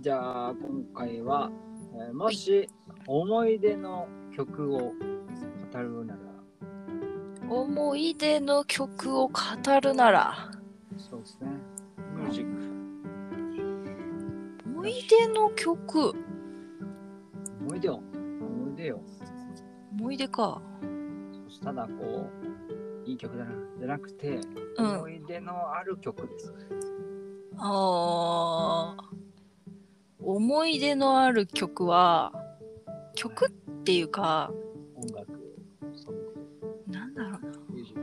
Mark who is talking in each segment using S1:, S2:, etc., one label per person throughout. S1: じゃあ今回は、えーもし思い出の曲を語るなら
S2: 思い出の曲を語るなら
S1: そうですねミュージック
S2: 思い出の曲
S1: 思い出を思い出よ
S2: 思い出か
S1: そしただこういい曲だなじゃなくて、
S2: うん
S1: 思い出のある曲です
S2: あー思い出のある曲は曲っていうか
S1: 音楽ソング
S2: なんだろうな
S1: ミュージック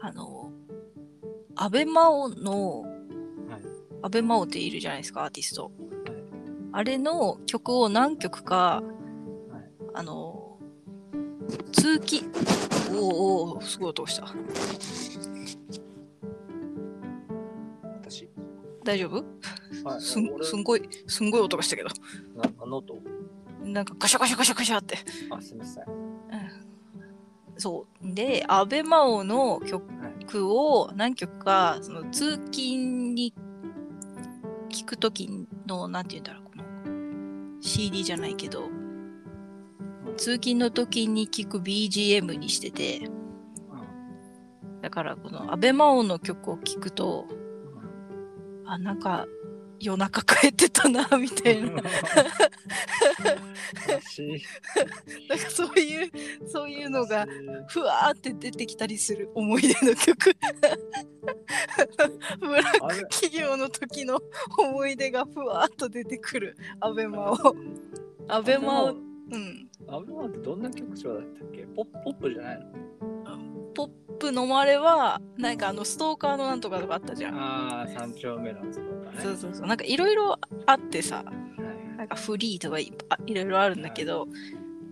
S2: あの安倍真央の
S1: はい
S2: 安倍真央っているじゃないですかアーティスト、あれの曲を何曲
S1: は
S2: か、
S1: い
S2: あの通勤おーおーすごい音がした
S1: 私
S2: 大丈夫
S1: はい
S2: すん
S1: 俺
S2: すんごいすんごい音がしたけど
S1: なんかノート
S2: なんかガシャガシャガシャガシャって
S1: あすみません
S2: そうで安倍真央の曲を何曲かその通勤に聞く時のなんて言うんだろうこの CD じゃないけど通勤の時に聞く BGM にしててだからこの安倍真央の曲を聞くとあなんか夜中帰ってたなみ たいななんか
S1: 悲しい
S2: そういうそういうのが
S1: 悲しい
S2: ふわーって出てきたりする思い出の曲 ブラック企業の時の思い出がふわーっと出てくるアベマをアベマをうん
S1: アベマってどんな曲調だったっけポップポップじゃないの
S2: ポップのまれはなんかあのストーカーのなんとかとかあったじゃん
S1: ああ、三丁目のやつとかね。
S2: そうそうそうなんかいろいろあってさ
S1: はい
S2: なんかフリーとかいあいろいろあるんだけど、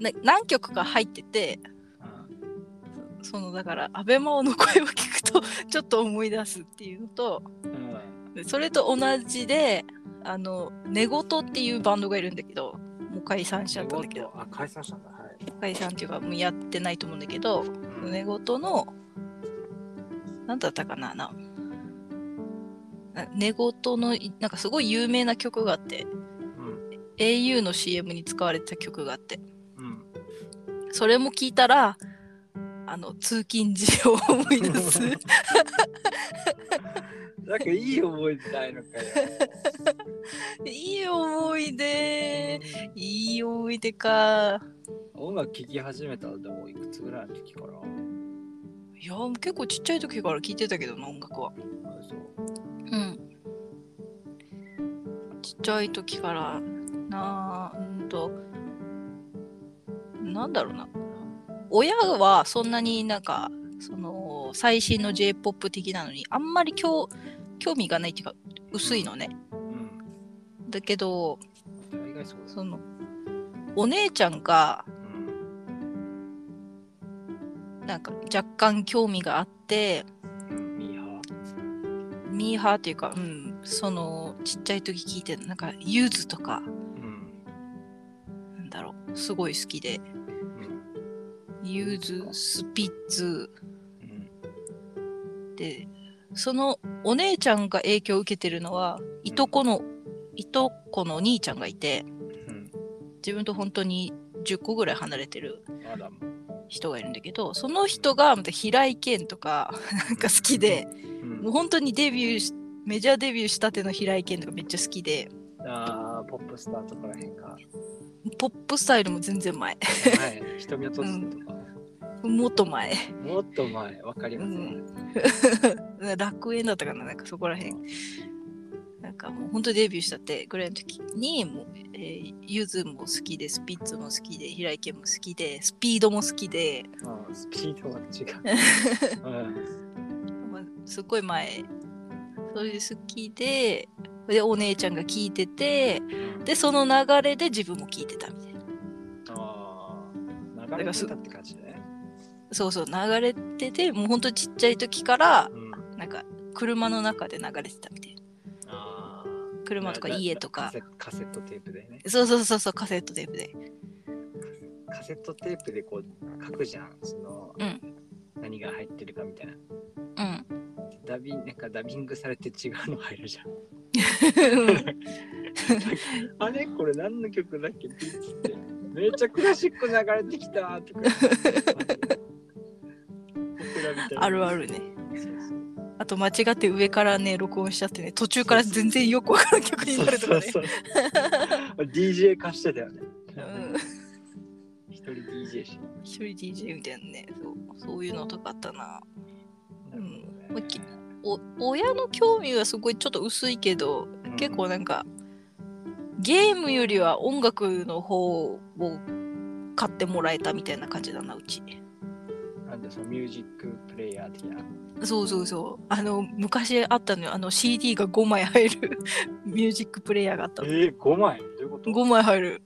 S2: な何曲か入ってて
S1: あ
S2: そのだからアベマオの声を聞くとちょっと思い出すっていうのと
S1: ーうん
S2: でそれと同じであの寝言っていうバンドがいるんだけどもう解散しちゃったんだけど
S1: あ、解散したんだ。はい。
S2: 解散っていうかもうやってないと思うんだけど
S1: うん
S2: 寝言の何だったかななな寝言のいなんかすごい有名な曲があって
S1: うん。
S2: au の CM に使われてた曲があって
S1: うん。
S2: それも聞いたらあの通勤時を思い出す
S1: なんかいい思い出ない のかよ。
S2: いい思い出いい思い出か
S1: 音楽聴き始めたらでもいくつぐらいの時から
S2: いや結構ちっちゃい時から聞いてたけどな音楽は
S1: あそう
S2: うんちっちゃい時からなあうんとなんだろうな親はそんなになんかその最新の j p o p 的なのにあんまり興興味がないっていうか薄いのね、
S1: うん。
S2: だけど
S1: 大概そうだ。
S2: そのお姉ちゃんが
S1: うん。
S2: なんか若干興味があって
S1: うんミーハ
S2: ミーハーっていうか、うん、そのちっちゃい時聞いてなんかユーズとか
S1: ー。うん。
S2: なんだろうすごい好きで
S1: うん
S2: ユーズスピッツ
S1: うん。
S2: でそのお姉ちゃんが影響を受けてるのはいとこの、いとこのお兄ちゃんがいて自分と本当に10個ぐらい離れてる
S1: うん。まだ。
S2: 人がいるんだけどその人がまた平井堅とかなんか好きで
S1: うん
S2: もう本当にデビューしメジャーデビューしたての平井堅とかめっちゃ好きで
S1: ああ、ポップスターとからへん か。は
S2: ポップスタイルも全然前
S1: い。瞳を閉じてとか。
S2: もっと前
S1: もっと前、わかりますね。
S2: 楽園だったかななんかそこらへんなんかもう本当にデビューしたってぐらいの時にもう、えーゆずも好きでスピッツも好きで平井堅も好きでスピードも好きで、
S1: うん、スピードが違う。
S2: まあすっごい前それで好きででお姉ちゃんが聞いてて
S1: うん、
S2: でその流れで自分も聞いてたみたいな
S1: ああ、流れてたって感じね。
S2: そうそう流れててもう本当にちっちゃい時から
S1: うん、
S2: なんか車の中で流れてたみたいな
S1: ああ。
S2: 車とか家とか
S1: カセ。カセットテープでね。
S2: そうそうそうそうカセットテープで
S1: カセットテープでこう書くじゃん。その、
S2: うん
S1: 何が入ってるかみたいな。
S2: うん
S1: ダビンなんかダビングされて違うの入るじゃん。あれこれ何の曲だっけってってめっちゃクラシック流れてきたとか
S2: あるあるねあと間違って上からね録音しちゃってね途中から全然よくわからん曲に
S1: そ
S2: な
S1: う
S2: るとか
S1: そう
S2: ね
S1: そう DJ 化してたよね
S2: うん
S1: 一人 DJ し
S2: 一人 DJ みたいなねそうそういうのとかあったな
S1: なるほ
S2: も
S1: ど
S2: う
S1: ね
S2: きお親の興味はすごいちょっと薄いけど、
S1: うん
S2: 結構なんかゲームよりは音楽の方を買ってもらえたみたいな感じだなうち
S1: なんでそのミュージックプレイヤー的な
S2: そうそうそうあの昔あったのよあの CD が5枚入る ミュージックプレイヤーがあったの
S1: えー、5枚どういうこと
S2: 5枚入る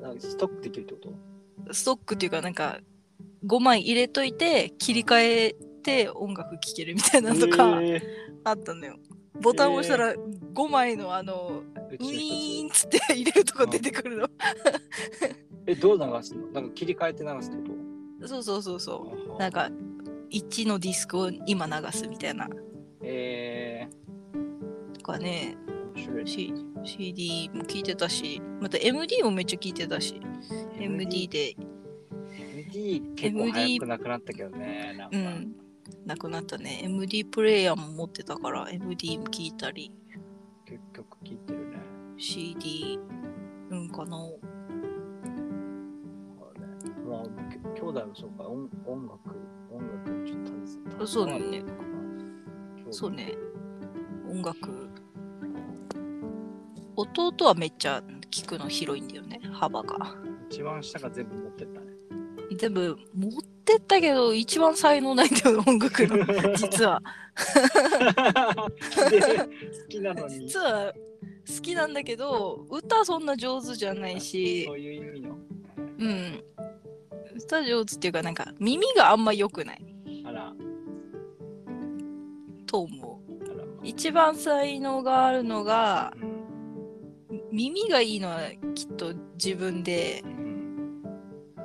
S1: なんかストックできるってこと
S2: ストックっていうかなんか5枚入れといて切り替えて音楽聴けるみたいなのとか
S1: え
S2: あったのよ、ボタンを押したら5枚のあの
S1: ーう
S2: ウ
S1: ちの
S2: ィーン
S1: 一
S2: っつって入れるとこ出てくるの。
S1: つえどう流すのなんか切り替えて流すってこ
S2: そうそうそうそ
S1: と
S2: う。なんか1のディスクを今流すみたいな
S1: え
S2: とかね、
S1: ー、面白いね
S2: C、d も聞いてたし、また MD もめっちゃ聞いてたし、MD で、
S1: MD 結構早くなくなったけどね。なんか、
S2: うん、なくなったね。MD プレイヤーも持ってたから、MD も聞いたり、
S1: 結局聞いてるね。
S2: CD、うんかな。
S1: まあ、き兄弟もそうか、音音楽、音楽ちょっと携わる
S2: そうだね。
S1: 興味
S2: そうね、音楽。弟はめっちゃ聞くの広いんだよね、幅が。
S1: 一番下が全部持ってった ね。
S2: 全部持ってったけど一番才能ないんだよ音楽 の実は
S1: で好きなのに。
S2: 実は好きなんだけど歌そんな上手じゃないし
S1: そういう意味の。
S2: うん歌上手っていうかなんか耳があんま良くない
S1: あら、あ
S2: と思う
S1: ら。
S2: 一番才能があるのが
S1: うん
S2: 耳がいいのはきっと自分で
S1: うん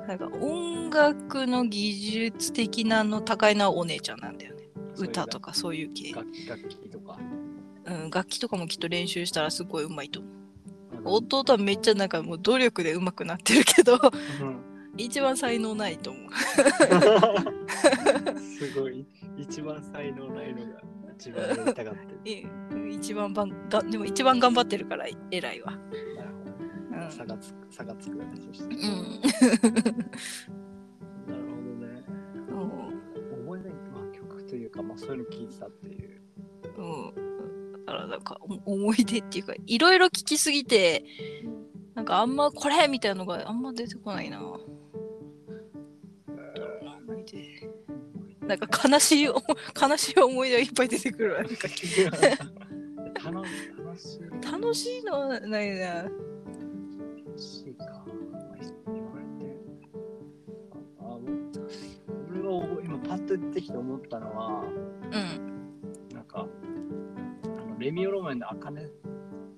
S2: なんか音楽の技術的なの高いのはお姉ちゃんなんだよね歌とかそういう系、
S1: 楽器楽器とか。
S2: うん、楽器とかもきっと練習したらすごい上手いと思う弟はめっちゃなんかもう努力で上手くなってるけど
S1: うん
S2: 一番才能ないと思う
S1: すごい。一番才能ないのが一番やりたがってる。
S2: い一番ばんがでも一番頑張ってるから偉いわ
S1: なるほど。
S2: うん
S1: 差がつく、差がつくよね、そして。
S2: う
S1: なる
S2: ん
S1: ほどね。覚えない、まあ、曲というか、まあ、そういうの聞いてたっていう。
S2: うん、うん、だからなんかお思い出っていうかいろいろ聞きすぎてなんかあんまこれみたいなのがあんま出てこないな思い出なんか悲しい思い悲しい思い出がいっぱい出てくるわなんか
S1: 楽しい、楽し、
S2: 楽しいのはないない
S1: 楽しいか。まあ言われて。あ、あ俺は覚え今パッと出てきて思ったのは、
S2: うん
S1: なんか、あのレミオロメンの茜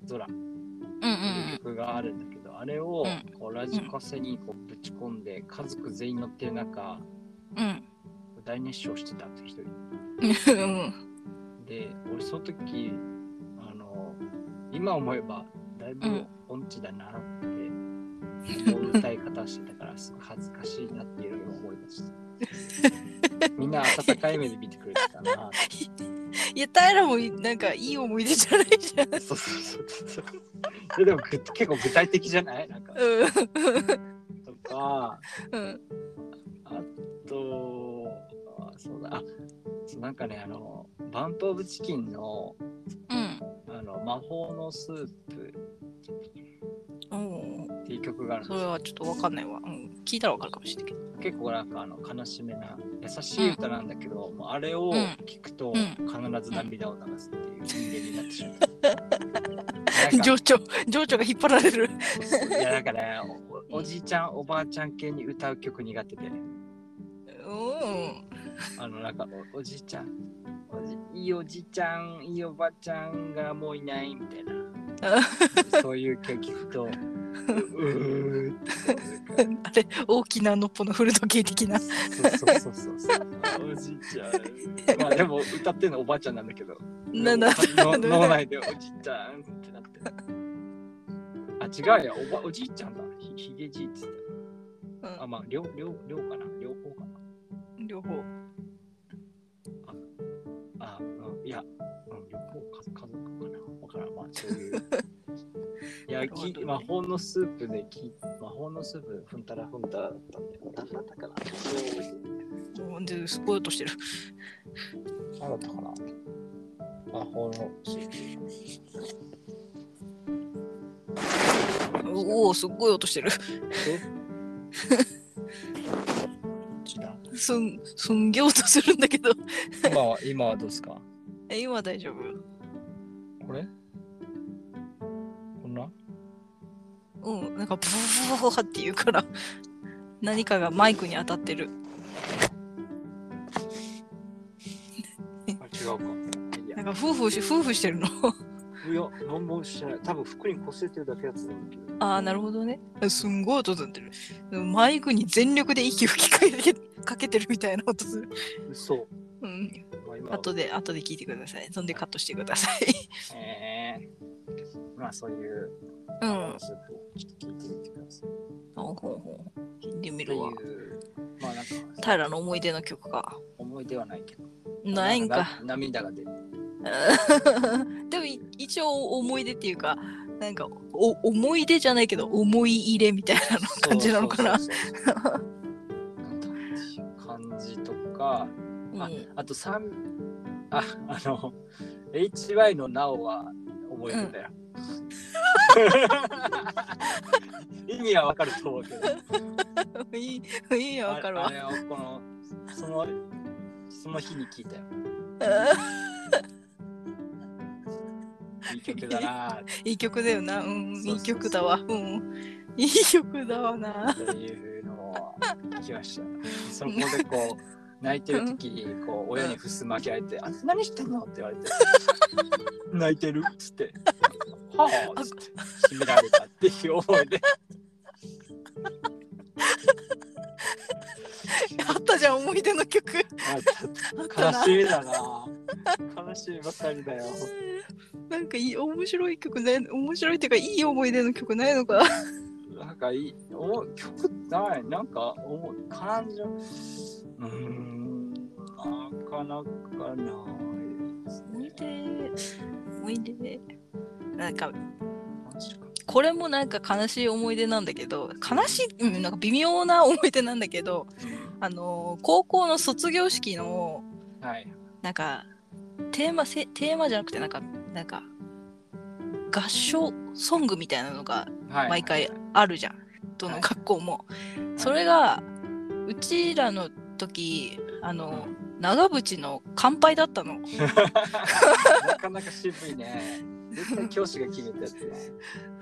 S1: 空って
S2: うんうん
S1: いう曲があるんだけど、あれを
S2: う
S1: こうラジカセにこうぶち込んで、家族全員乗ってる中、
S2: うんうん
S1: 大熱唱してたって一人。
S2: うん
S1: で俺その時あの今思えばだいぶ
S2: うん
S1: 音痴だなって思う歌い方してたからすごい恥ずかしいなっていろいろ思い出した みんな温かい目で見てくれてたな
S2: いや、タイラもいなんかいい思い出じゃないじゃん。
S1: そうそうそうそういやでもぐ結構具体的じゃないなんかとか
S2: うん。うん。
S1: あとあそうだあそうなんかねあのバンプ・オブ・チキンの
S2: うん。
S1: あの魔法のスープ
S2: おー
S1: っていう曲があるん
S2: そ
S1: です
S2: れ
S1: よ
S2: はちょっとわかんないわ。うん。聞いたらわかるかもしれないけど。
S1: 結構なんかあの悲しめな優しい歌なんだけど、もうあれを聞くと
S2: うん
S1: 必ず涙を流すっていう人間になってしまう。なんか
S2: 情緒、情緒が引っ張られる。
S1: そういやだから、ね、おおじいちゃんおばあちゃん系に歌う曲苦手で
S2: うん。
S1: あのなんかおおじいちゃんおじいいおじいちゃんいいおばあちゃんがもういないみたいなそういう系聞くとううーってなんか
S2: あれ、大きなのっぽの古時計的な。
S1: そうそうそうそうそうおじいちゃんまあでも歌ってるのおばあちゃんなんだけど
S2: なな
S1: の脳内でおじいちゃんってなってる。あ、違うや、おばおじいちゃんだ。ひひげじいっつって。
S2: うん
S1: あ、まあ、両両両かな両方かな
S2: 両方。
S1: あ、うんいや、うん、両方か家族かなわからん。まあ、そう いう。い
S2: な
S1: や、
S2: るほどね
S1: き魔法のスープでき、魔法のスープ、ふんたらふんたらだったんだよ。なんだったかな
S2: うんで、スポイトしてる。
S1: なんだったかな魔法のスープ。
S2: おお、すっごい音してる。
S1: ちだ。
S2: すん、すんげえ音するんだけど。
S1: 今は、今はどうですか
S2: え、今大丈夫。
S1: これこんな
S2: うん、なんかブワーって言うから、何かがマイクに当たってる。
S1: あ、違うか。いや
S2: なん、か夫婦し、夫婦してるの。
S1: いや、何もしてない。多分服に擦れてるだけやつなんだけど。
S2: ああ、なるほどね。すんごい音立ってる。でもマイクに全力で息吹きかけかけてるみたいな音する。
S1: 嘘。
S2: うん。
S1: まあ、今は
S2: 後で、後で聞いてください。そんでカットしてください。
S1: えー、まあ、そういう、
S2: う
S1: 魔法
S2: ん
S1: の。スープをちょっと聞いてみてください。
S2: ほうほうほう。聞いてみ
S1: と
S2: るわ。
S1: いう、まあ、なんか、
S2: 平の思い出の曲か。
S1: 思い出はないけど。
S2: ないんか。
S1: な。涙が出る。
S2: でもい一応思い出っていうか、なんかお思い出じゃないけど思い入れみたいなの感じなのかな。
S1: そうそうそうそう感じとか、
S2: う
S1: あ
S2: ん
S1: あと三ああの HY のなおは覚えてたよ。意味はわかると思うけど。
S2: いい、いいよ、わかる
S1: あ
S2: わ。
S1: れあれをこのそのその日に聞いたよ。いい曲だなあっ
S2: いい曲だよな。うん、
S1: そうそうそう
S2: いい曲だわ。うん。いい曲だわな。
S1: ていうのを聞きましたよ。そこでこう泣いてる時にこう親にふすまきられて「あ何してんの?」って言われて「泣いてる?」っつって「はあ」っつって閉められたっていう思いで。
S2: あったじゃん、思い出の曲。
S1: あちょ
S2: あっ
S1: っと
S2: た
S1: 悲
S2: な。
S1: しいだな。悲しいばかりだよ。
S2: なんかいい、面白い曲ね。面白いっていうか、いい思い出の曲ないのか。
S1: なんかいい、お曲ない、なんか、お感情。うーん、なかなかないです
S2: 思い
S1: ね。
S2: 出、思い出。なんか、
S1: マジか
S2: これもなんか悲しい思い出なんだけど、悲しい、うん、なんか微妙な思い出なんだけど、あのー高校の卒業式の、
S1: はい。
S2: なんかテーマせテーマじゃなくてなんかなんか合唱ソングみたいなのが
S1: はい。
S2: 毎回あるじゃん、どの
S1: はい
S2: 学校も、それがうちらの時あの長渕の乾杯だったの
S1: なかなか渋いね。絶対教師が決めたやつね。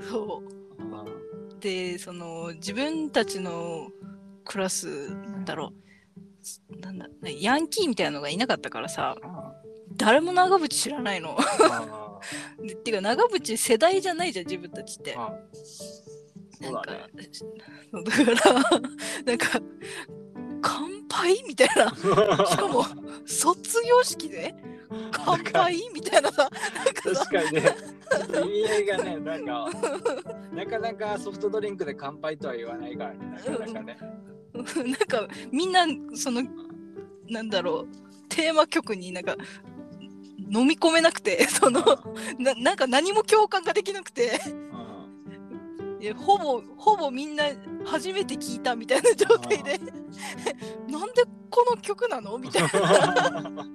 S2: そう
S1: あ
S2: でその自分たちのクラスなんだろうなんだヤンキーみたいなのがいなかったからさ
S1: ーあ
S2: 誰も長渕知らないの
S1: ー。あ
S2: でっていうか長渕世代じゃないじゃん自分たちって
S1: ーあー。
S2: なん
S1: そう
S2: か、
S1: だね
S2: そうだから、 なんか、乾杯みたいな、 しかも、卒業式で乾杯みたいなさ、なんかさ
S1: 確、かにね、ちょっと意味合いがね、なんか、なかなかソフトドリンクで乾杯とは言わないからね、なかなか ね。
S2: なんかみんな、その、なんだろう、テーマ曲になんか、飲み込めなくて、 その、ななんか何も共感ができなくて、
S1: うん
S2: いやほぼ、ほぼみんな初めて聞いたみたいな状態で、 なんでこの曲なのみたいな。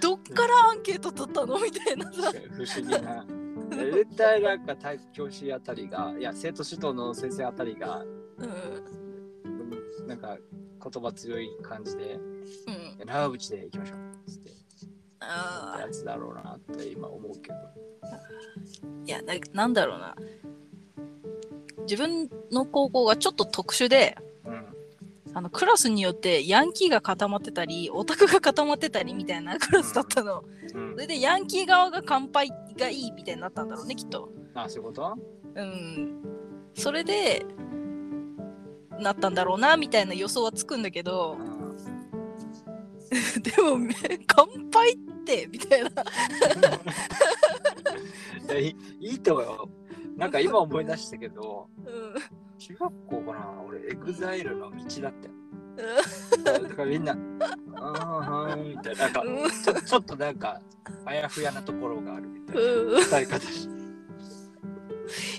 S2: どっからアンケート取ったのみたいなさ。
S1: 不思議な。絶対なんか体育教師あたりが、いや、生徒指導の先生あたりが、
S2: うん。
S1: うんなんか言葉強い感じで、
S2: うん。
S1: 長渕で行きましょう。つって
S2: あ
S1: やつだろうなって今思うけど。
S2: ーいやな、なんだろうな。自分の高校がちょっと特殊で、
S1: うん。
S2: あのクラスによってヤンキーが固まってたり、オタクが固まってたりみたいな クラスだったの。
S1: うん
S2: そ、れでヤンキー側が乾杯がいいみたいになったんだろうね、きっと。
S1: あ、そういうこと
S2: うん。それで、なったんだろうな、みたいな予想はつくんだけど
S1: う、ん
S2: でもめ乾杯ってみたいな。
S1: いやいいいと思うよ。なんか今思い出したけど、
S2: うん
S1: 中学校かな俺、エグザイルの道だったよ。
S2: う
S1: だからみんな、ああ、はい、みたいな。なんか
S2: ん
S1: ちょ、ちょっとなんか、あやふやなところがあるみたいな
S2: うん
S1: 伝え方し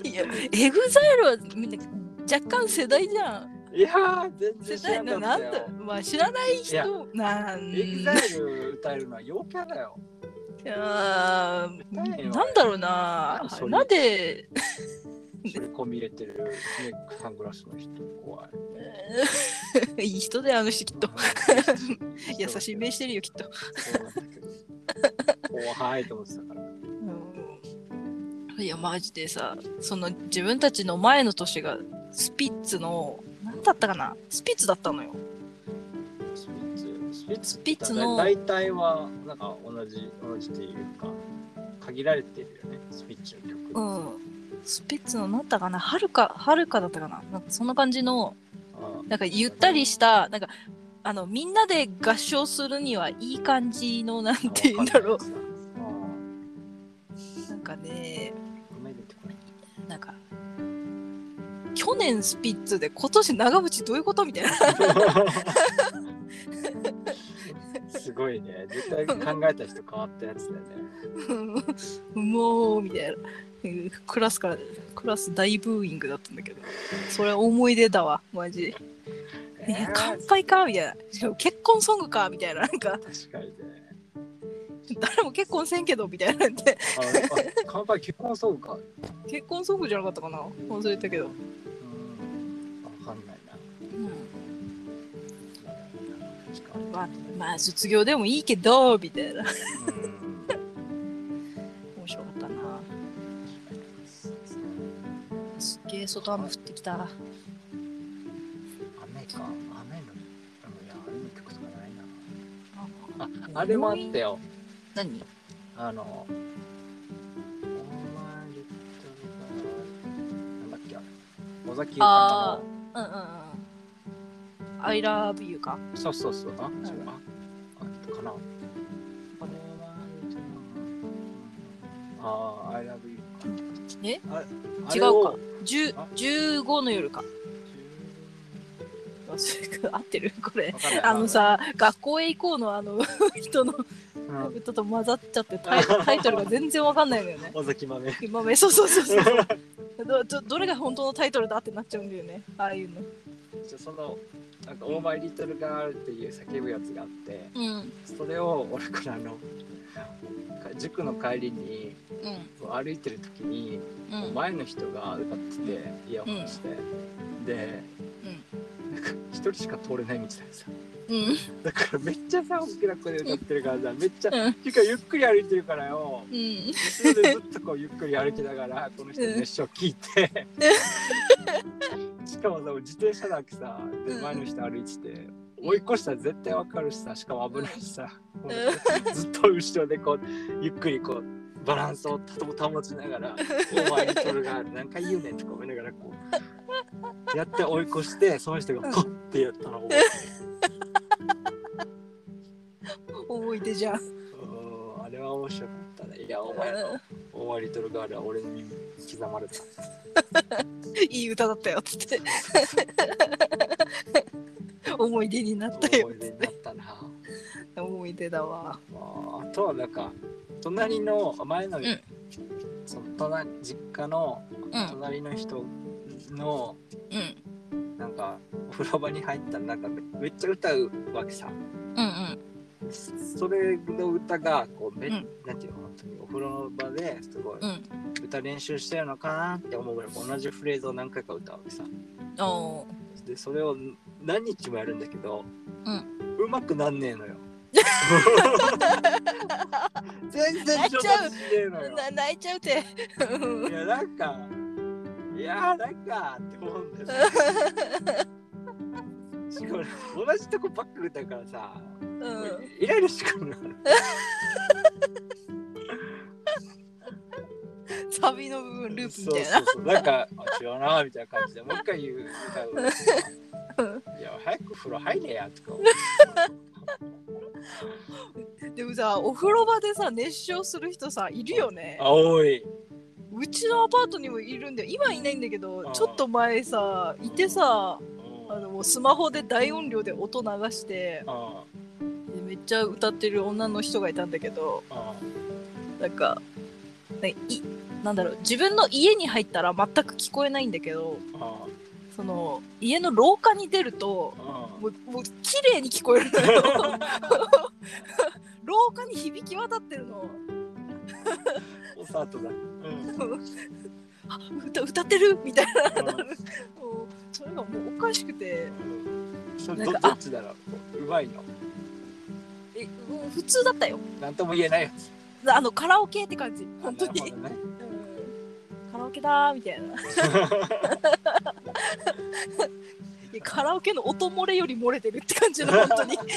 S2: いやエグザイルはみんな若干世代じゃん。
S1: いやー、全然
S2: 世
S1: 知
S2: 代
S1: らな
S2: のな
S1: かった
S2: んだ
S1: よ。
S2: まあ知らない
S1: いや
S2: 人なん
S1: エグザイル歌えるのは陽キャだよ。
S2: いやー
S1: 歌えよ
S2: なんだろうな
S1: なんそ。れ
S2: なんで
S1: それ込み入れてるメイクサングラスの人怖い。
S2: いい人だよあの人き っと。優しい目
S1: し。
S2: してるよきっと。
S1: そうなんだけど怖いと思ってたから。
S2: いやマジでさその自分たちの前の年がスピッツの何だったかなスピッツだったのよ。
S1: スピッツ、スピッツ
S2: スピッツの
S1: 大体はなんか同じ同じというか限られてるよね。スピッツの曲。
S2: う
S1: あ
S2: ん。スピッツの何だったかなはるかはるかだったかななんかそんな感じのなんかゆったりしたなんかあのみんなで合唱するにはいい感じのなん
S1: ー
S2: て言うんだろ
S1: わかんないやつだあ
S2: うなんかね
S1: ーごめん出てこない
S2: なんか去年スピッツで今年長渕どういうことみたいな
S1: すごいね。絶対考えた人変わったやつだよね。
S2: もうみたいなうんクラスからクラス大ブーイングだったんだけどそれは思い出だわマジえ
S1: えー
S2: 乾杯かみたいなしかも結婚ソングかみたいななんか
S1: 確かにね。
S2: 誰も結婚せんけどみたいなんで
S1: ああ乾杯結婚そうか。
S2: 結婚ソングじゃなかったかな忘れたけど、
S1: うんわかんないな。
S2: うん、
S1: 確かに
S2: まあまあ卒業でもいいけどみたいな
S1: うん
S2: 面白かったなすっげえ外雨降ってきた
S1: 雨か。雨の。あのいや、雨の曲とかないな。あ、あれもあったよ。
S2: 何
S1: あの。お前言ってるからなんだっけ。尾崎豊
S2: あうんうんうん。I love you か。
S1: の。そうそうそう。あ、
S2: ん
S1: 違う。あ、あ、かな。
S2: あれ
S1: あー、I love you
S2: え
S1: ああ
S2: 違
S1: れを
S2: うか。10
S1: あ
S2: 15の夜か。忘れ合ってるこれ。
S1: わかんない
S2: あの、さ、学校へ行こうのあの人の
S1: うん
S2: 歌と混ざっちゃってタイタイトルが全然わかんないのよね。
S1: 尾崎豆。
S2: 今めそうそうそうそうどど。どれが本当のタイトルだってなっちゃうんだよね。ああいうの。
S1: じゃあそのなんか「オーマイリトルガール」っていう叫ぶやつがあって
S2: うん
S1: それを俺からのか塾の帰りに
S2: うん
S1: 歩いてる時に
S2: う
S1: 前の人が歌っててイヤホンして、で、なんか一人しか通れない道だよさ
S2: うん
S1: だからめっちゃさ大きな声で歌ってるからさめっちゃ、
S2: うん
S1: ていうかゆっくり歩いてるからよ
S2: うん。
S1: 後ろでずっとこうゆっくり歩きながらこの人の熱唱聞いて、しかもさ自転車だけさで前の人歩いてて追い越したら絶対わかるしさしかも危ないしさ、もうずっと後ろでこうゆっくりこうバランスをとても保ちながら「お前にとるが何回言うねん」とか思いながらこうやって追い越してその人がポッてやったのを覚えてる
S2: 思い出じゃん。
S1: うんあれは面白かったねいやお前の「お前リトルガール」は俺の耳に刻まれた。
S2: いい歌だったよっつって。 思い出になったよ
S1: 思。い出になったな。
S2: 思い出だわ。
S1: まあ、あとはなんか隣の前の、
S2: ん
S1: その隣実家の
S2: うん
S1: 隣の人の、
S2: うん
S1: なんかお風呂場に入ったらなんかめめっちゃ歌うわけさ。
S2: うんうん
S1: それの歌がこうめ、
S2: うん
S1: なんていうの本当にお風呂場ですごい
S2: うん。
S1: 歌練習してるのかなって思うぐらい同じフレーズを何回か歌うわけさ。
S2: おー
S1: でそれを何日もやるんだけど、
S2: う
S1: まくなんねえの よ全然上達しねえのよ
S2: な 泣いちゃうて。
S1: いやなんかいやなんかって思うんだよ ねしかも同じとこばっかりだからさ、
S2: うん。
S1: イライラしてくるの
S2: サビの部分ループ
S1: そ
S2: み
S1: う
S2: たいな。
S1: そうそうなんかあ違うなみたいな感じでもう一回言う歌ういや早く風呂入れやとか思う
S2: でもさお風呂場でさ熱唱する人さいるよね
S1: 青い。
S2: うちのアパートにもいるんだよ今いないんだけど
S1: あ
S2: ちょっと前さいてさあ
S1: あ
S2: のもうスマホで大音量で音流して
S1: あ
S2: でめっちゃ歌ってる女の人がいたんだけど
S1: あ
S2: なんかねいなんだろう自分の家に入ったら全く聞こえないんだけど
S1: あ
S2: その家の廊下に出ると
S1: あ
S2: もうもう綺麗に聞こえるのよ 廊下に響き渡ってるの
S1: おさとだ。うん。
S2: あ歌歌ってるみたいな
S1: うん
S2: もうそれがもうおかしくて
S1: それ
S2: なん
S1: ど
S2: か
S1: どっちだろう。うまいの。
S2: えもう普通だったよ
S1: なんとも言えないやつ。
S2: あのカラオケって感じ本当に、
S1: あなるほ
S2: うんカラオケだーみた いないやカラオケの音漏れより漏れてるって感 じの本当に
S1: どね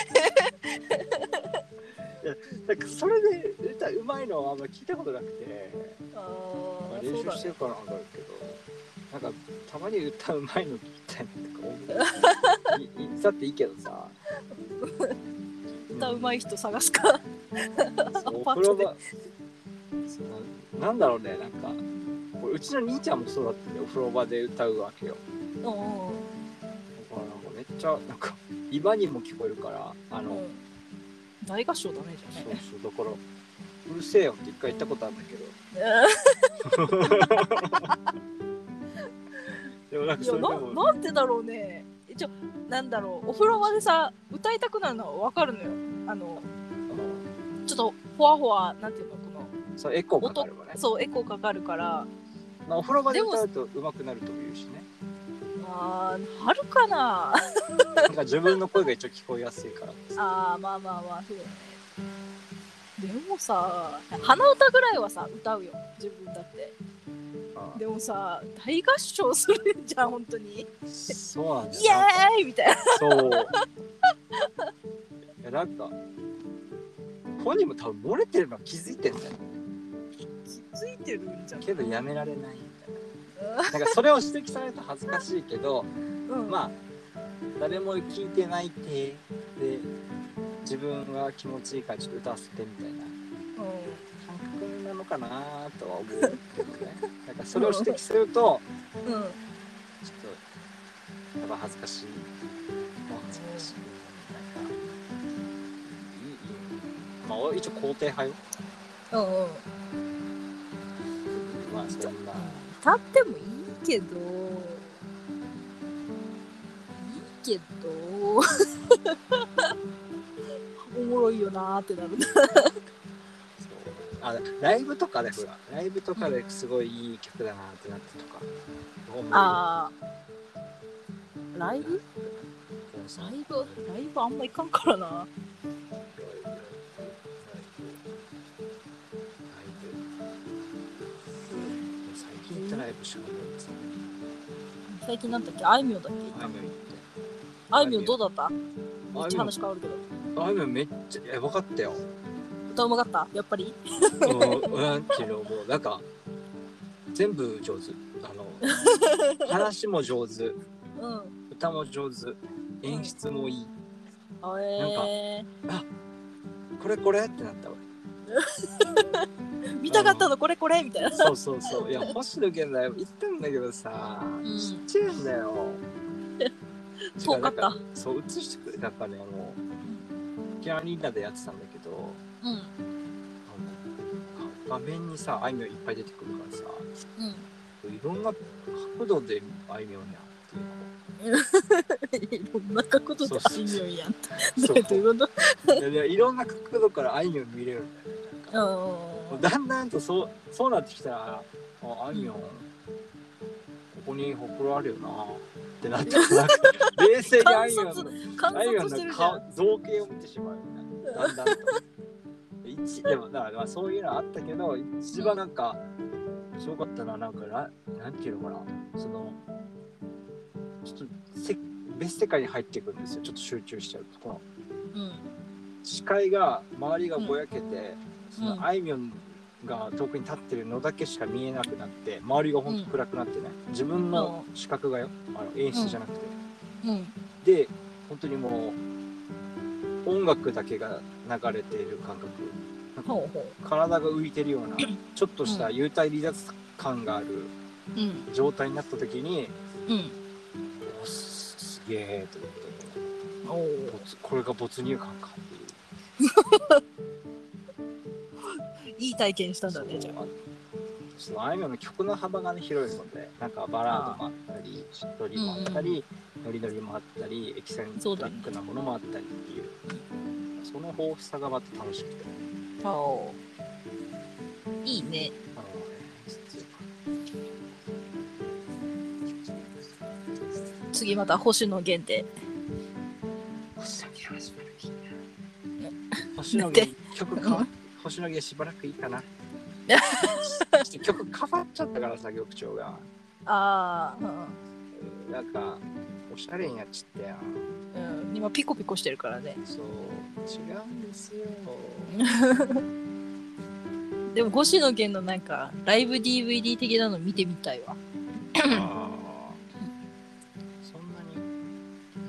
S1: なんかそれで歌うまいのはあんま聞いたことなくて、ま
S2: あ
S1: あ、
S2: ー
S1: 練
S2: そう
S1: 習
S2: だ
S1: して
S2: ね
S1: るからなんだろうけど、なんかたまに歌うまいの聞きたいなと か思う。いいだっていいけどさ。
S2: 歌う
S1: い。
S2: まい人探すか
S1: そうお
S2: パ
S1: 風
S2: ッと
S1: 呂
S2: で
S1: 場。そうなんだろうねなんか。これうちの兄ちゃんもそうだったんだよお風呂場で歌うわけよ。
S2: うんうんうん
S1: だからなんかめっちゃなんか今にも聞こえるからあの、
S2: 大合唱だねじ
S1: そうそうだからうるせえよって一回言ったことあるんだけど
S2: ゃあね
S1: でもなんか
S2: いや
S1: それで
S2: な
S1: も
S2: なんでだろうねえちょなんだろうお風呂場でさ歌いたくなるのはわかるのよ
S1: あ
S2: あの
S1: の
S2: ちょっとほわほわなんていうのこの
S1: そうエコーかかればね、
S2: そうエコーかかるから
S1: まあ、お風呂場で歌うと上手くなるとも言うしね
S2: あーあるかな
S1: なんか自分の声が一応聞こえやすいからです
S2: あーまあまあまあそうだねでもさ鼻歌ぐらいはさ歌うよ自分だって
S1: あ
S2: でもさ大合唱するじゃん本当に
S1: そうなんだ
S2: イエ
S1: よな
S2: ーイみたいな
S1: そういやなんか本人も多分漏れてるのは気づいてんだよ
S2: 気づいてるんじゃん
S1: けどやめられないみたいななんかそれを指摘されると恥ずかしいけど
S2: うん
S1: まあ誰も聞いてないってで自分は気持ちいいからちょっと歌わせてみたいな感覚なのかなとは思う けどねなんかそれを指摘すると
S2: うん、うん
S1: ちょっとやっぱ恥ずかしい恥ずかしいなんかいいまあ俺一応肯定派よ
S2: うんうん
S1: まあそんな
S2: 歌ってもいいけどいいけど おもろいよなーってなる
S1: そうあライブとかでほらライブとかですごいいい曲だなってなってとか思う
S2: あーライブ
S1: そうそう
S2: ライブライブあんま行かんからな
S1: 最近行ったライブしかないですね。
S2: 最近なんだっけあいみょんだっけ
S1: あいみょん
S2: あいみょんどうだっため
S1: 行
S2: っ
S1: っ
S2: ち
S1: て
S2: ゃ話変わるけど
S1: あいみょんめっちゃ、え、分かったよ。
S2: 歌うまかったやっぱり
S1: うん、なんていうの、もうなんか、全部上手。あの、話も上手、
S2: うん
S1: 歌も上手、演出もいい。
S2: あえ
S1: これこれってなったわ。
S2: ー、見たかったのこれこれみたいな
S1: そうそうそう。いや、星野源のライブ行ったんだけどさ、
S2: ん
S1: ちっちゃいんだ よ。
S2: 遠かった
S1: そう、映してくれ、なんかね、あの、キャリーナでやってたんだけど、
S2: うん
S1: あの画面にさ、あいみょんいっぱい出てくるからさ、
S2: うん
S1: いろんな角度であいみょんやっていうの
S2: いろんな角度であいみょんやんって
S1: そう
S2: どう いうこと
S1: いやいやいろんな角度からあいみょん見れるんだよねなんか
S2: う
S1: も
S2: ん
S1: うだんだんとそうそうなってきたらああいみょんここにほくろあるよなってなってくる冷静にあいみょんの
S2: 観
S1: あいみょん
S2: 察して
S1: の
S2: るじゃ
S1: 顔
S2: ん。
S1: 造形を見てしまうよねだんだんと一でもだからまあそういうのあったけど一番なんかすごかったのはなんかななんていうのかなそのちょっとせ別世界に入っていくんですよちょっと集中しちゃうとこの
S2: うん。
S1: 視界が周りがぼやけて、そ
S2: うん
S1: のあいみょんが遠くに立ってるのだけしか見えなくなって周りがほんと暗くなってね、自分の視覚がよあの演出じゃなくて、
S2: うん。
S1: で本当にもう音楽だけが流れている感覚
S2: ほうほ
S1: 体が浮いてる ようなちょっとした幽体離脱感がある
S2: う。うん。
S1: 状態になった時に、
S2: うん。
S1: おすすげえと思って
S2: おお。
S1: 没これが没入感かっていう
S2: いい体験したんだね、じゃあ。
S1: そのあいみょんの曲の幅がね広いのでなんかバラードもあったりしっとりもあったり、ノリノリもあったりエキセントリックなものもあったりっていうその豊富さがまた楽しくて、
S2: おいいね。
S1: あの
S2: 次また星野源で。
S1: 星野源はしばらくいいな星野源曲変わっ星野源しばらくいいかなちょっと曲変わっちゃったからさ曲調が
S2: ああ、
S1: うんなんかおしゃれになっちゃったやん
S2: うん。うん。今ピコピコしてるからね。
S1: そう違うんですよ
S2: でも星野源のなんか、ライブ DVD 的なの見てみたいわ。
S1: そんな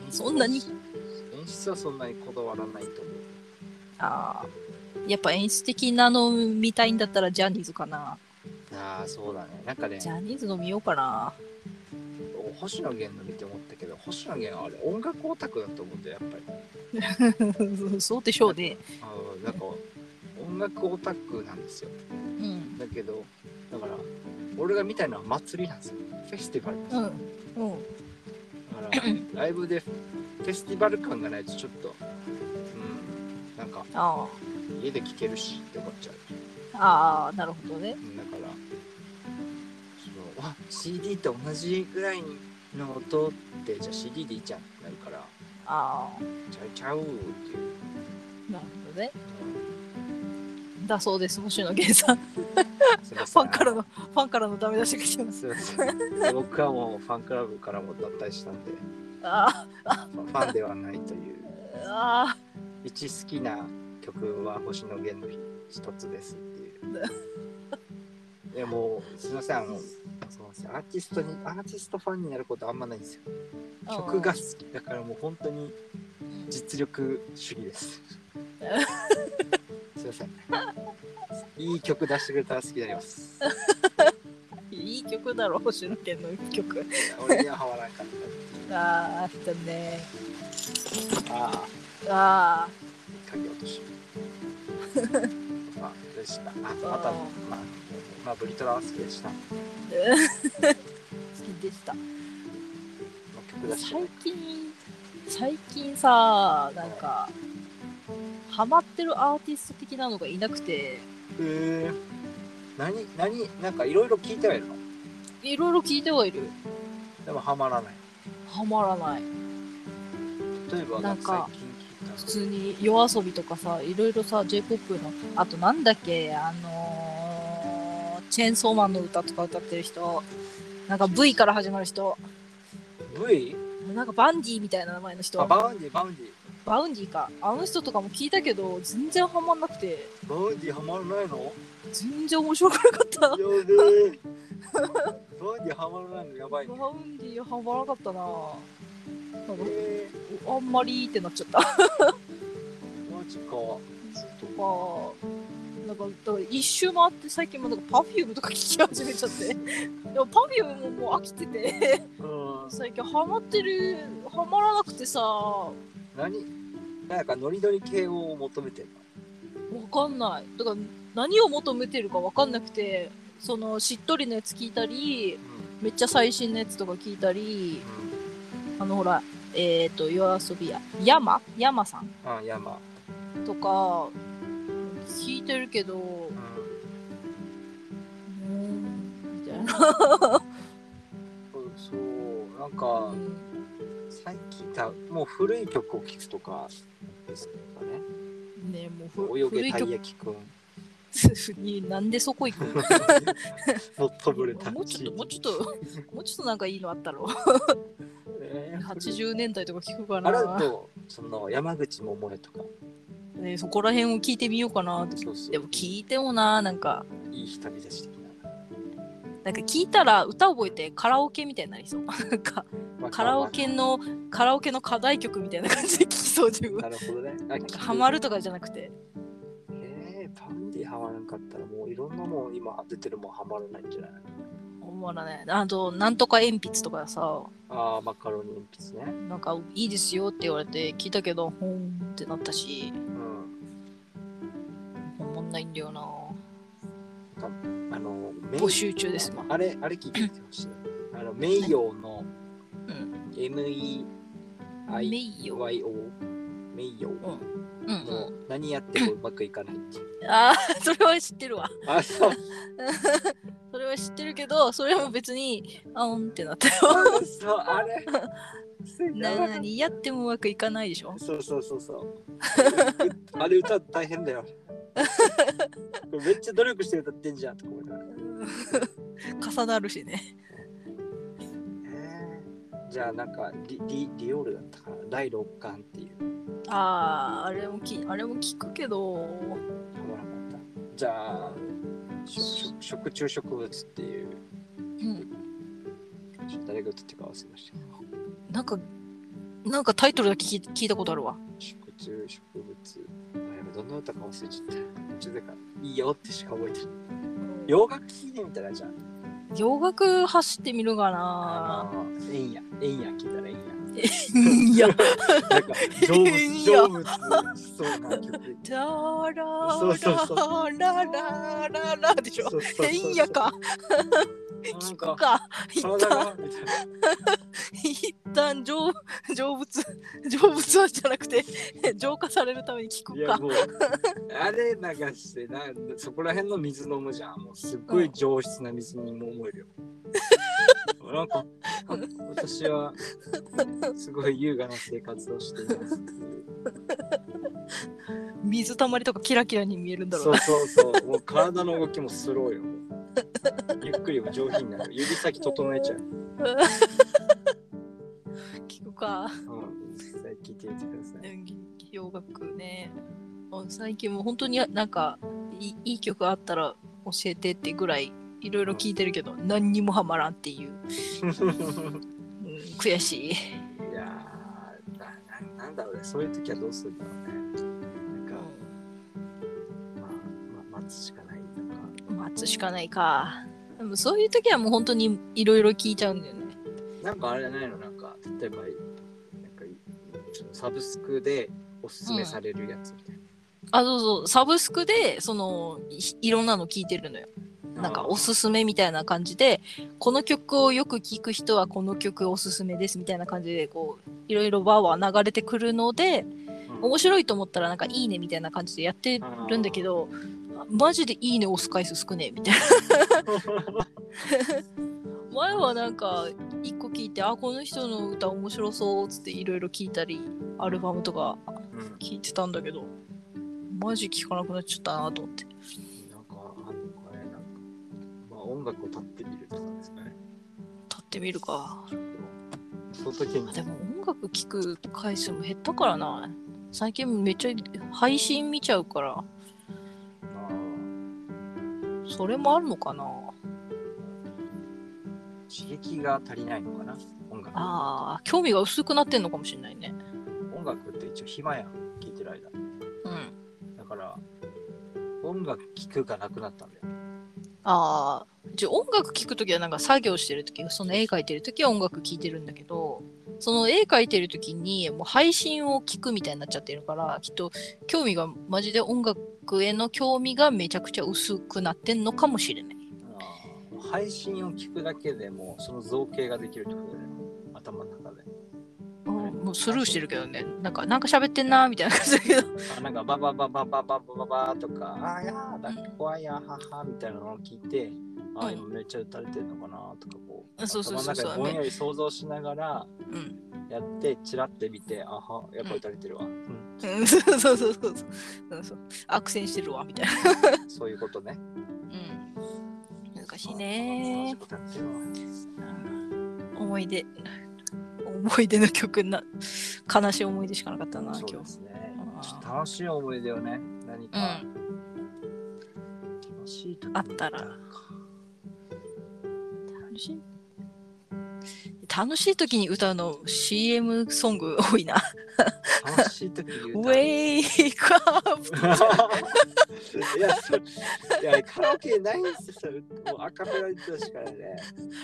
S1: に
S2: そんなに
S1: 演出はそんなにこだわらないと思う
S2: ああ。やっぱ演出的なの見たいんだったらジャニーズかな。
S1: ああそうだねなんかね
S2: ジャニーズの見よう かな。
S1: 星野源の見て思ったけど星野源はあれ音楽オタクだと思うんだよやっぱり
S2: そうでしょうね。
S1: あーなんか音楽オタクなんですよ
S2: うん。
S1: だけどだから俺が見たいのは祭りなんですよフェスティバルです
S2: うん。うん。
S1: だからライブでフェスティバル感がないとちょっとうんなんか
S2: あ
S1: 家で聴けるしって思っちゃう
S2: あ。ああ、なるほどね。
S1: だからそのあ CD と同じぐらいの音ってじゃあ CD でいいじゃんってなるから
S2: あ
S1: ちゃうちゃうっていう、
S2: あ。なるほどね。だそうです、星野源 さん。フ
S1: うんすいません
S2: ァンから の、ファンからのダメ出しが来てます。
S1: すいません僕はもうファンクラブからも脱退したんで
S2: あ
S1: ファンファンではないという
S2: あ、あ
S1: 一好きな曲は星野源の一つですっていういやもうすいませんあのすいませんアーティストにアーティストファンになることあんまないんですよ
S2: あ。
S1: 曲が好きだからもう本当に実力主義です すいませんいい曲出してくれたら好きになり ます
S2: いい曲だろ、星野源の曲。
S1: 俺にはハマらんかっ
S2: ああ、だね。
S1: たああ
S2: あ
S1: 鍵落と しまあでしたあまたまあまあブリトラは好きでした
S2: あ、好きでした。
S1: 曲出して
S2: 最近、最近さ、なんか、ハマってるアーティスト的なのがいなくて、
S1: えー、何何なんかいろいろ聞いてはいるの
S2: いろいろ聞いてはいる。
S1: でもハマらない
S2: ハマらない。
S1: 例えば
S2: な
S1: なんん
S2: か
S1: か最近聞いたの
S2: 普通に夜遊びとかさいろいろさ j p o p のあとなんだっけあのーチェーンソーマンの歌とか歌ってる人なんか V から始まる人
S1: V?
S2: なんかバンディみたいな名前の人
S1: あバウンディバウンディ
S2: バウンディかあの人とかも聞いたけど全然ハマんなくて
S1: バウンディハマらないの
S2: 全然面白くなかった
S1: やべえ。バーディハマらないのやばいね。
S2: バウンディハマらなかったななんか
S1: え
S2: あんまりってなっちゃった
S1: ー、マジか。
S2: とか、なんか、だから一周回って最近もなんかパフュームとか聞き始めちゃって。 でもパフュームももう飽きてて、
S1: うん。
S2: 最近ハマってる、ハマらなくてさ、わ
S1: 何なんかノリノリ系を求めてる
S2: かんない。だから何を求めてるかわかんなくて、そのしっとりのやつ聞いたり、
S1: の。
S2: めっちゃ最新のやつとか聞いたり、
S1: う
S2: あのほら、えっ、ー、と、夜遊びや、山山さん
S1: ん。あ、山。
S2: とか、聞いてるけど
S1: う、ん。
S2: うーん、みたいな。
S1: そうそう。なんか最近だもう古い曲を聴くとかですかね。
S2: ねもうふ
S1: 泳
S2: 古
S1: げ
S2: い
S1: たい
S2: 曲
S1: やきく ん。
S2: になんでそこ行くの
S1: もっとぶれた
S2: もうちょっともうちょっともうちょっとなんかいいのあったろ
S1: えー
S2: 80年代とか聞くか
S1: ある
S2: な、
S1: とその山口百恵とか。
S2: ね、そこら辺を聞いてみようかな
S1: そうそう。
S2: でも聞いてもななんか
S1: いい日旅立ち的な。
S2: なんか聞いたら歌覚えてカラオケみたいになりそうなんか
S1: まあ
S2: カラオケのカラオケの課題曲みたいな感じで聴きそう自分
S1: なるほどね。あ、
S2: ハマ
S1: る。
S2: るとかじゃなくて
S1: えー、パンディハマらんかったら、もういろんなもん今出てるもんハマらないんじゃない
S2: 思わないあとなんとか鉛筆とかさ
S1: ああ、マカロニ鉛筆ね。
S2: なんかいいですよって言われて聞いたけどほんってなったし
S1: うん。
S2: 思んないんだよな
S1: あの、名
S2: 募集中です今
S1: あれ、あれ聞いてみてほしい。あの、名誉の
S2: う
S1: MEIYO
S2: 名。誉
S1: 名誉。
S2: うん
S1: も
S2: う
S1: う何やってもうまくいかないっていうん
S2: ああそれは知ってるわ
S1: あ、そう。
S2: それは知ってるけどそれも別にあおんってなったよ
S1: そう、あれ。そうやばかっ
S2: 何やってもうまくいかないでしょ
S1: たそうそうそうそう。あれ歌大変だよ。これめっちゃ努力して歌ってんじゃんとか思いながら
S2: 重なるしね
S1: じゃあなんかリリリオールだったかな第6巻っていう
S2: あああれもきあれも聞くけど
S1: ハマらなかったじゃあ食食食虫植物っていう
S2: うん
S1: ちょっと誰が歌ってるか忘れましたけど
S2: なんかなんかタイトルだけ聞い聞いたことあるわ
S1: 食虫植物あやばいどんな歌か忘れちゃったちょっとなんかいいよってしか覚えてない洋楽聴いてみたらじゃ
S2: 洋楽走ってみるか
S1: ああ
S2: な
S1: のえんやえんや聞いたらえんや
S2: いや
S1: なんか成
S2: えん
S1: 仏
S2: や
S1: 成仏し そうな曲
S2: ダーラー
S1: そうそうそ
S2: ララララでしょ
S1: そうそうそう
S2: えんやか
S1: なん
S2: 聞
S1: か
S2: くか一
S1: 体
S2: 旦
S1: がみたいな
S2: 一旦成成仏成仏はじゃなくて浄化されるために聞
S1: い
S2: く
S1: や
S2: か
S1: もうあれ流してなそこら辺の水飲むじゃんもうすっごい上質な水にも思える よ、なんかあ私はすごい優雅な生活をしていますっていう
S2: 水たまりとかキラキラに見えるんだろう
S1: そ
S2: な
S1: うそうそうもう体の動きもスローよゆっくりも上品になる指先整えちゃう、
S2: 聞くか
S1: うん、実際聞いてみてください
S2: 洋楽ねあ最近もう本当になんかいいいい曲あったら教えてってぐらいいろいろ聞いてるけど何にもハマらんっていう、うん、悔しい、
S1: いやーなななんだろうねそういう時はどうするんだろうねなんか、まあ、まあ、待つしかないとか
S2: 待つしかないかでもそういう時はもう本当にいろいろ聞いちゃうんだよね
S1: なんかあれじゃないのなんか例えばなんかそのサブスクでおすすめされるやつみたい
S2: あそうそうサブスクでそのいいろんなの聞いてるのよ
S1: な。
S2: なんかおすすめみたいな感じでこの曲をよく聴く人はこの曲おすすめですみたいな感じでこういろいろわーわー流れてくるので面白いと思ったらなんかいいねみたいな感じでやってるんだけどマジでいいね押す回数少ねえみたいな前はなんか一個聞いてあこの人の歌面白そうっつっていろいろ聞いたりアルバムとか
S1: うん、うん
S2: 聞いてたんだけどマジ聞かなくなっちゃったなと思って
S1: なんかあんのかねなんか、まあ、音楽を立ってみるとかですかね。
S2: 立ってみるか
S1: その時に
S2: でも音楽聴く回数も減ったからな最近めっちゃ配信見ちゃうから
S1: まあ
S2: それもあるのかな
S1: 刺激が足りないのかな音楽
S2: あー興味が薄くなってんのかもしれないね
S1: 音楽って一応暇やん聴いてる間
S2: うん
S1: だから音楽聴くがなくなったんだよ。
S2: ああじゃあ音楽聴くときはなんか作業してるときその絵描いてるときは音楽聴いてるんだけどその絵描いてるときにもう配信を聞くみたいになっちゃってるからきっと興味がマジで音楽への興味がめちゃくちゃ薄くなってんのかもしれない
S1: あー配信を聞くだけでもその造形ができるってことだよね頭の中で。
S2: うんもうスルーしてるけどねなんかなんか喋ってんなーみたいな感じだけど
S1: あなんかバババババババババとか、あーやーだ怖いやははみたいなのを聞いて、あー
S2: うん
S1: 今めっちゃ打たれてるのかなとかこう、
S2: あそうそうそうそう
S1: 頭の中でぼんやり想像しながら
S2: うん
S1: やって、チラって見て、あは、やっぱ打たれてるわ。うん
S2: うんそうそうそうそうそうそうそう悪戦してるわみたいな、
S1: そういうことね。
S2: うん、難しい
S1: 楽し
S2: ね
S1: いことやってるわ
S2: 思い出思い出の曲な悲しい思い出しかなかったな
S1: そう
S2: 今
S1: で
S2: 日
S1: すね
S2: あ。ー
S1: ちょっと楽しい思い出をね、何
S2: う
S1: か
S2: ん
S1: 楽しい時に
S2: あったら楽しい楽しい時に歌うの CM ソング多いな。
S1: 楽しい時に
S2: ウ
S1: 歌う。
S2: ェイクアップ
S1: いや、そういやカラオケないんですよ。それもうアカペラで歌うしかないね。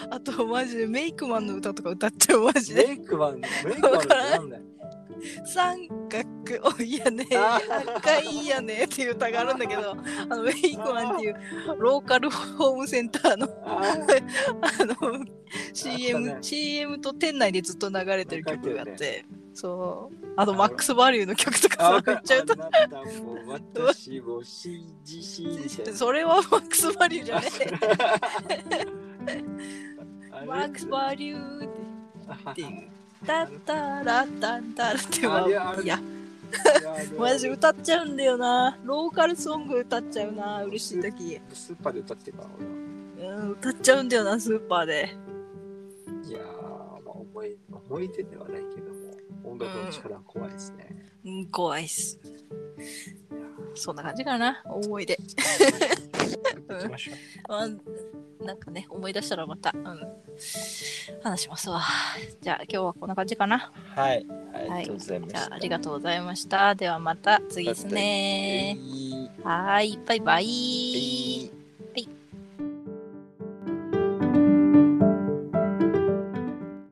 S2: あとマジでメイクマンの歌とか歌っちゃうマジで。
S1: メイクマン、メイクマンってなんだよ。
S2: 三角おいやね
S1: あー
S2: 赤いやねっていう歌があるんだけどあのウェイクマンっていうローカルホームセンターの
S1: あ
S2: あの CM,
S1: あったね
S2: CM と店内でずっと流れてる曲があっ
S1: 流れ
S2: て、そうあと
S1: あの
S2: マックス・バリューの曲とか
S1: あ、
S2: さ
S1: わか
S2: めっ
S1: る。
S2: ちゃ歌
S1: あなたも私も信じしみたい
S2: って
S1: な。
S2: それはマックス・バリューじゃね
S1: あ
S2: え
S1: れ
S2: マックス・バリューっていう「タ
S1: あ
S2: ッタラッタンタラ」って
S1: あれあ
S2: は
S1: れ
S2: いやマ
S1: マ
S2: ジ
S1: ジ
S2: 歌っちゃうんだよなローカルソング歌っちゃうな嬉しい時
S1: スーパーで歌ってた俺は
S2: うん歌っちゃうんだよなスーパーで
S1: いやー、まあ、思い思い出ではないけども音楽の力は怖いですね、
S2: うん怖いっすそんな感じかな思い出
S1: やっていきましょう
S2: あなんかね思い出したらまた、うん、話しますわじゃあ今日はこんな感じかな
S1: はい
S2: い
S1: ありがとうございま
S2: じ
S1: し
S2: ゃ
S1: た
S2: あありがとうございましたではまた次です
S1: え
S2: ね
S1: い
S2: はーいバイバイ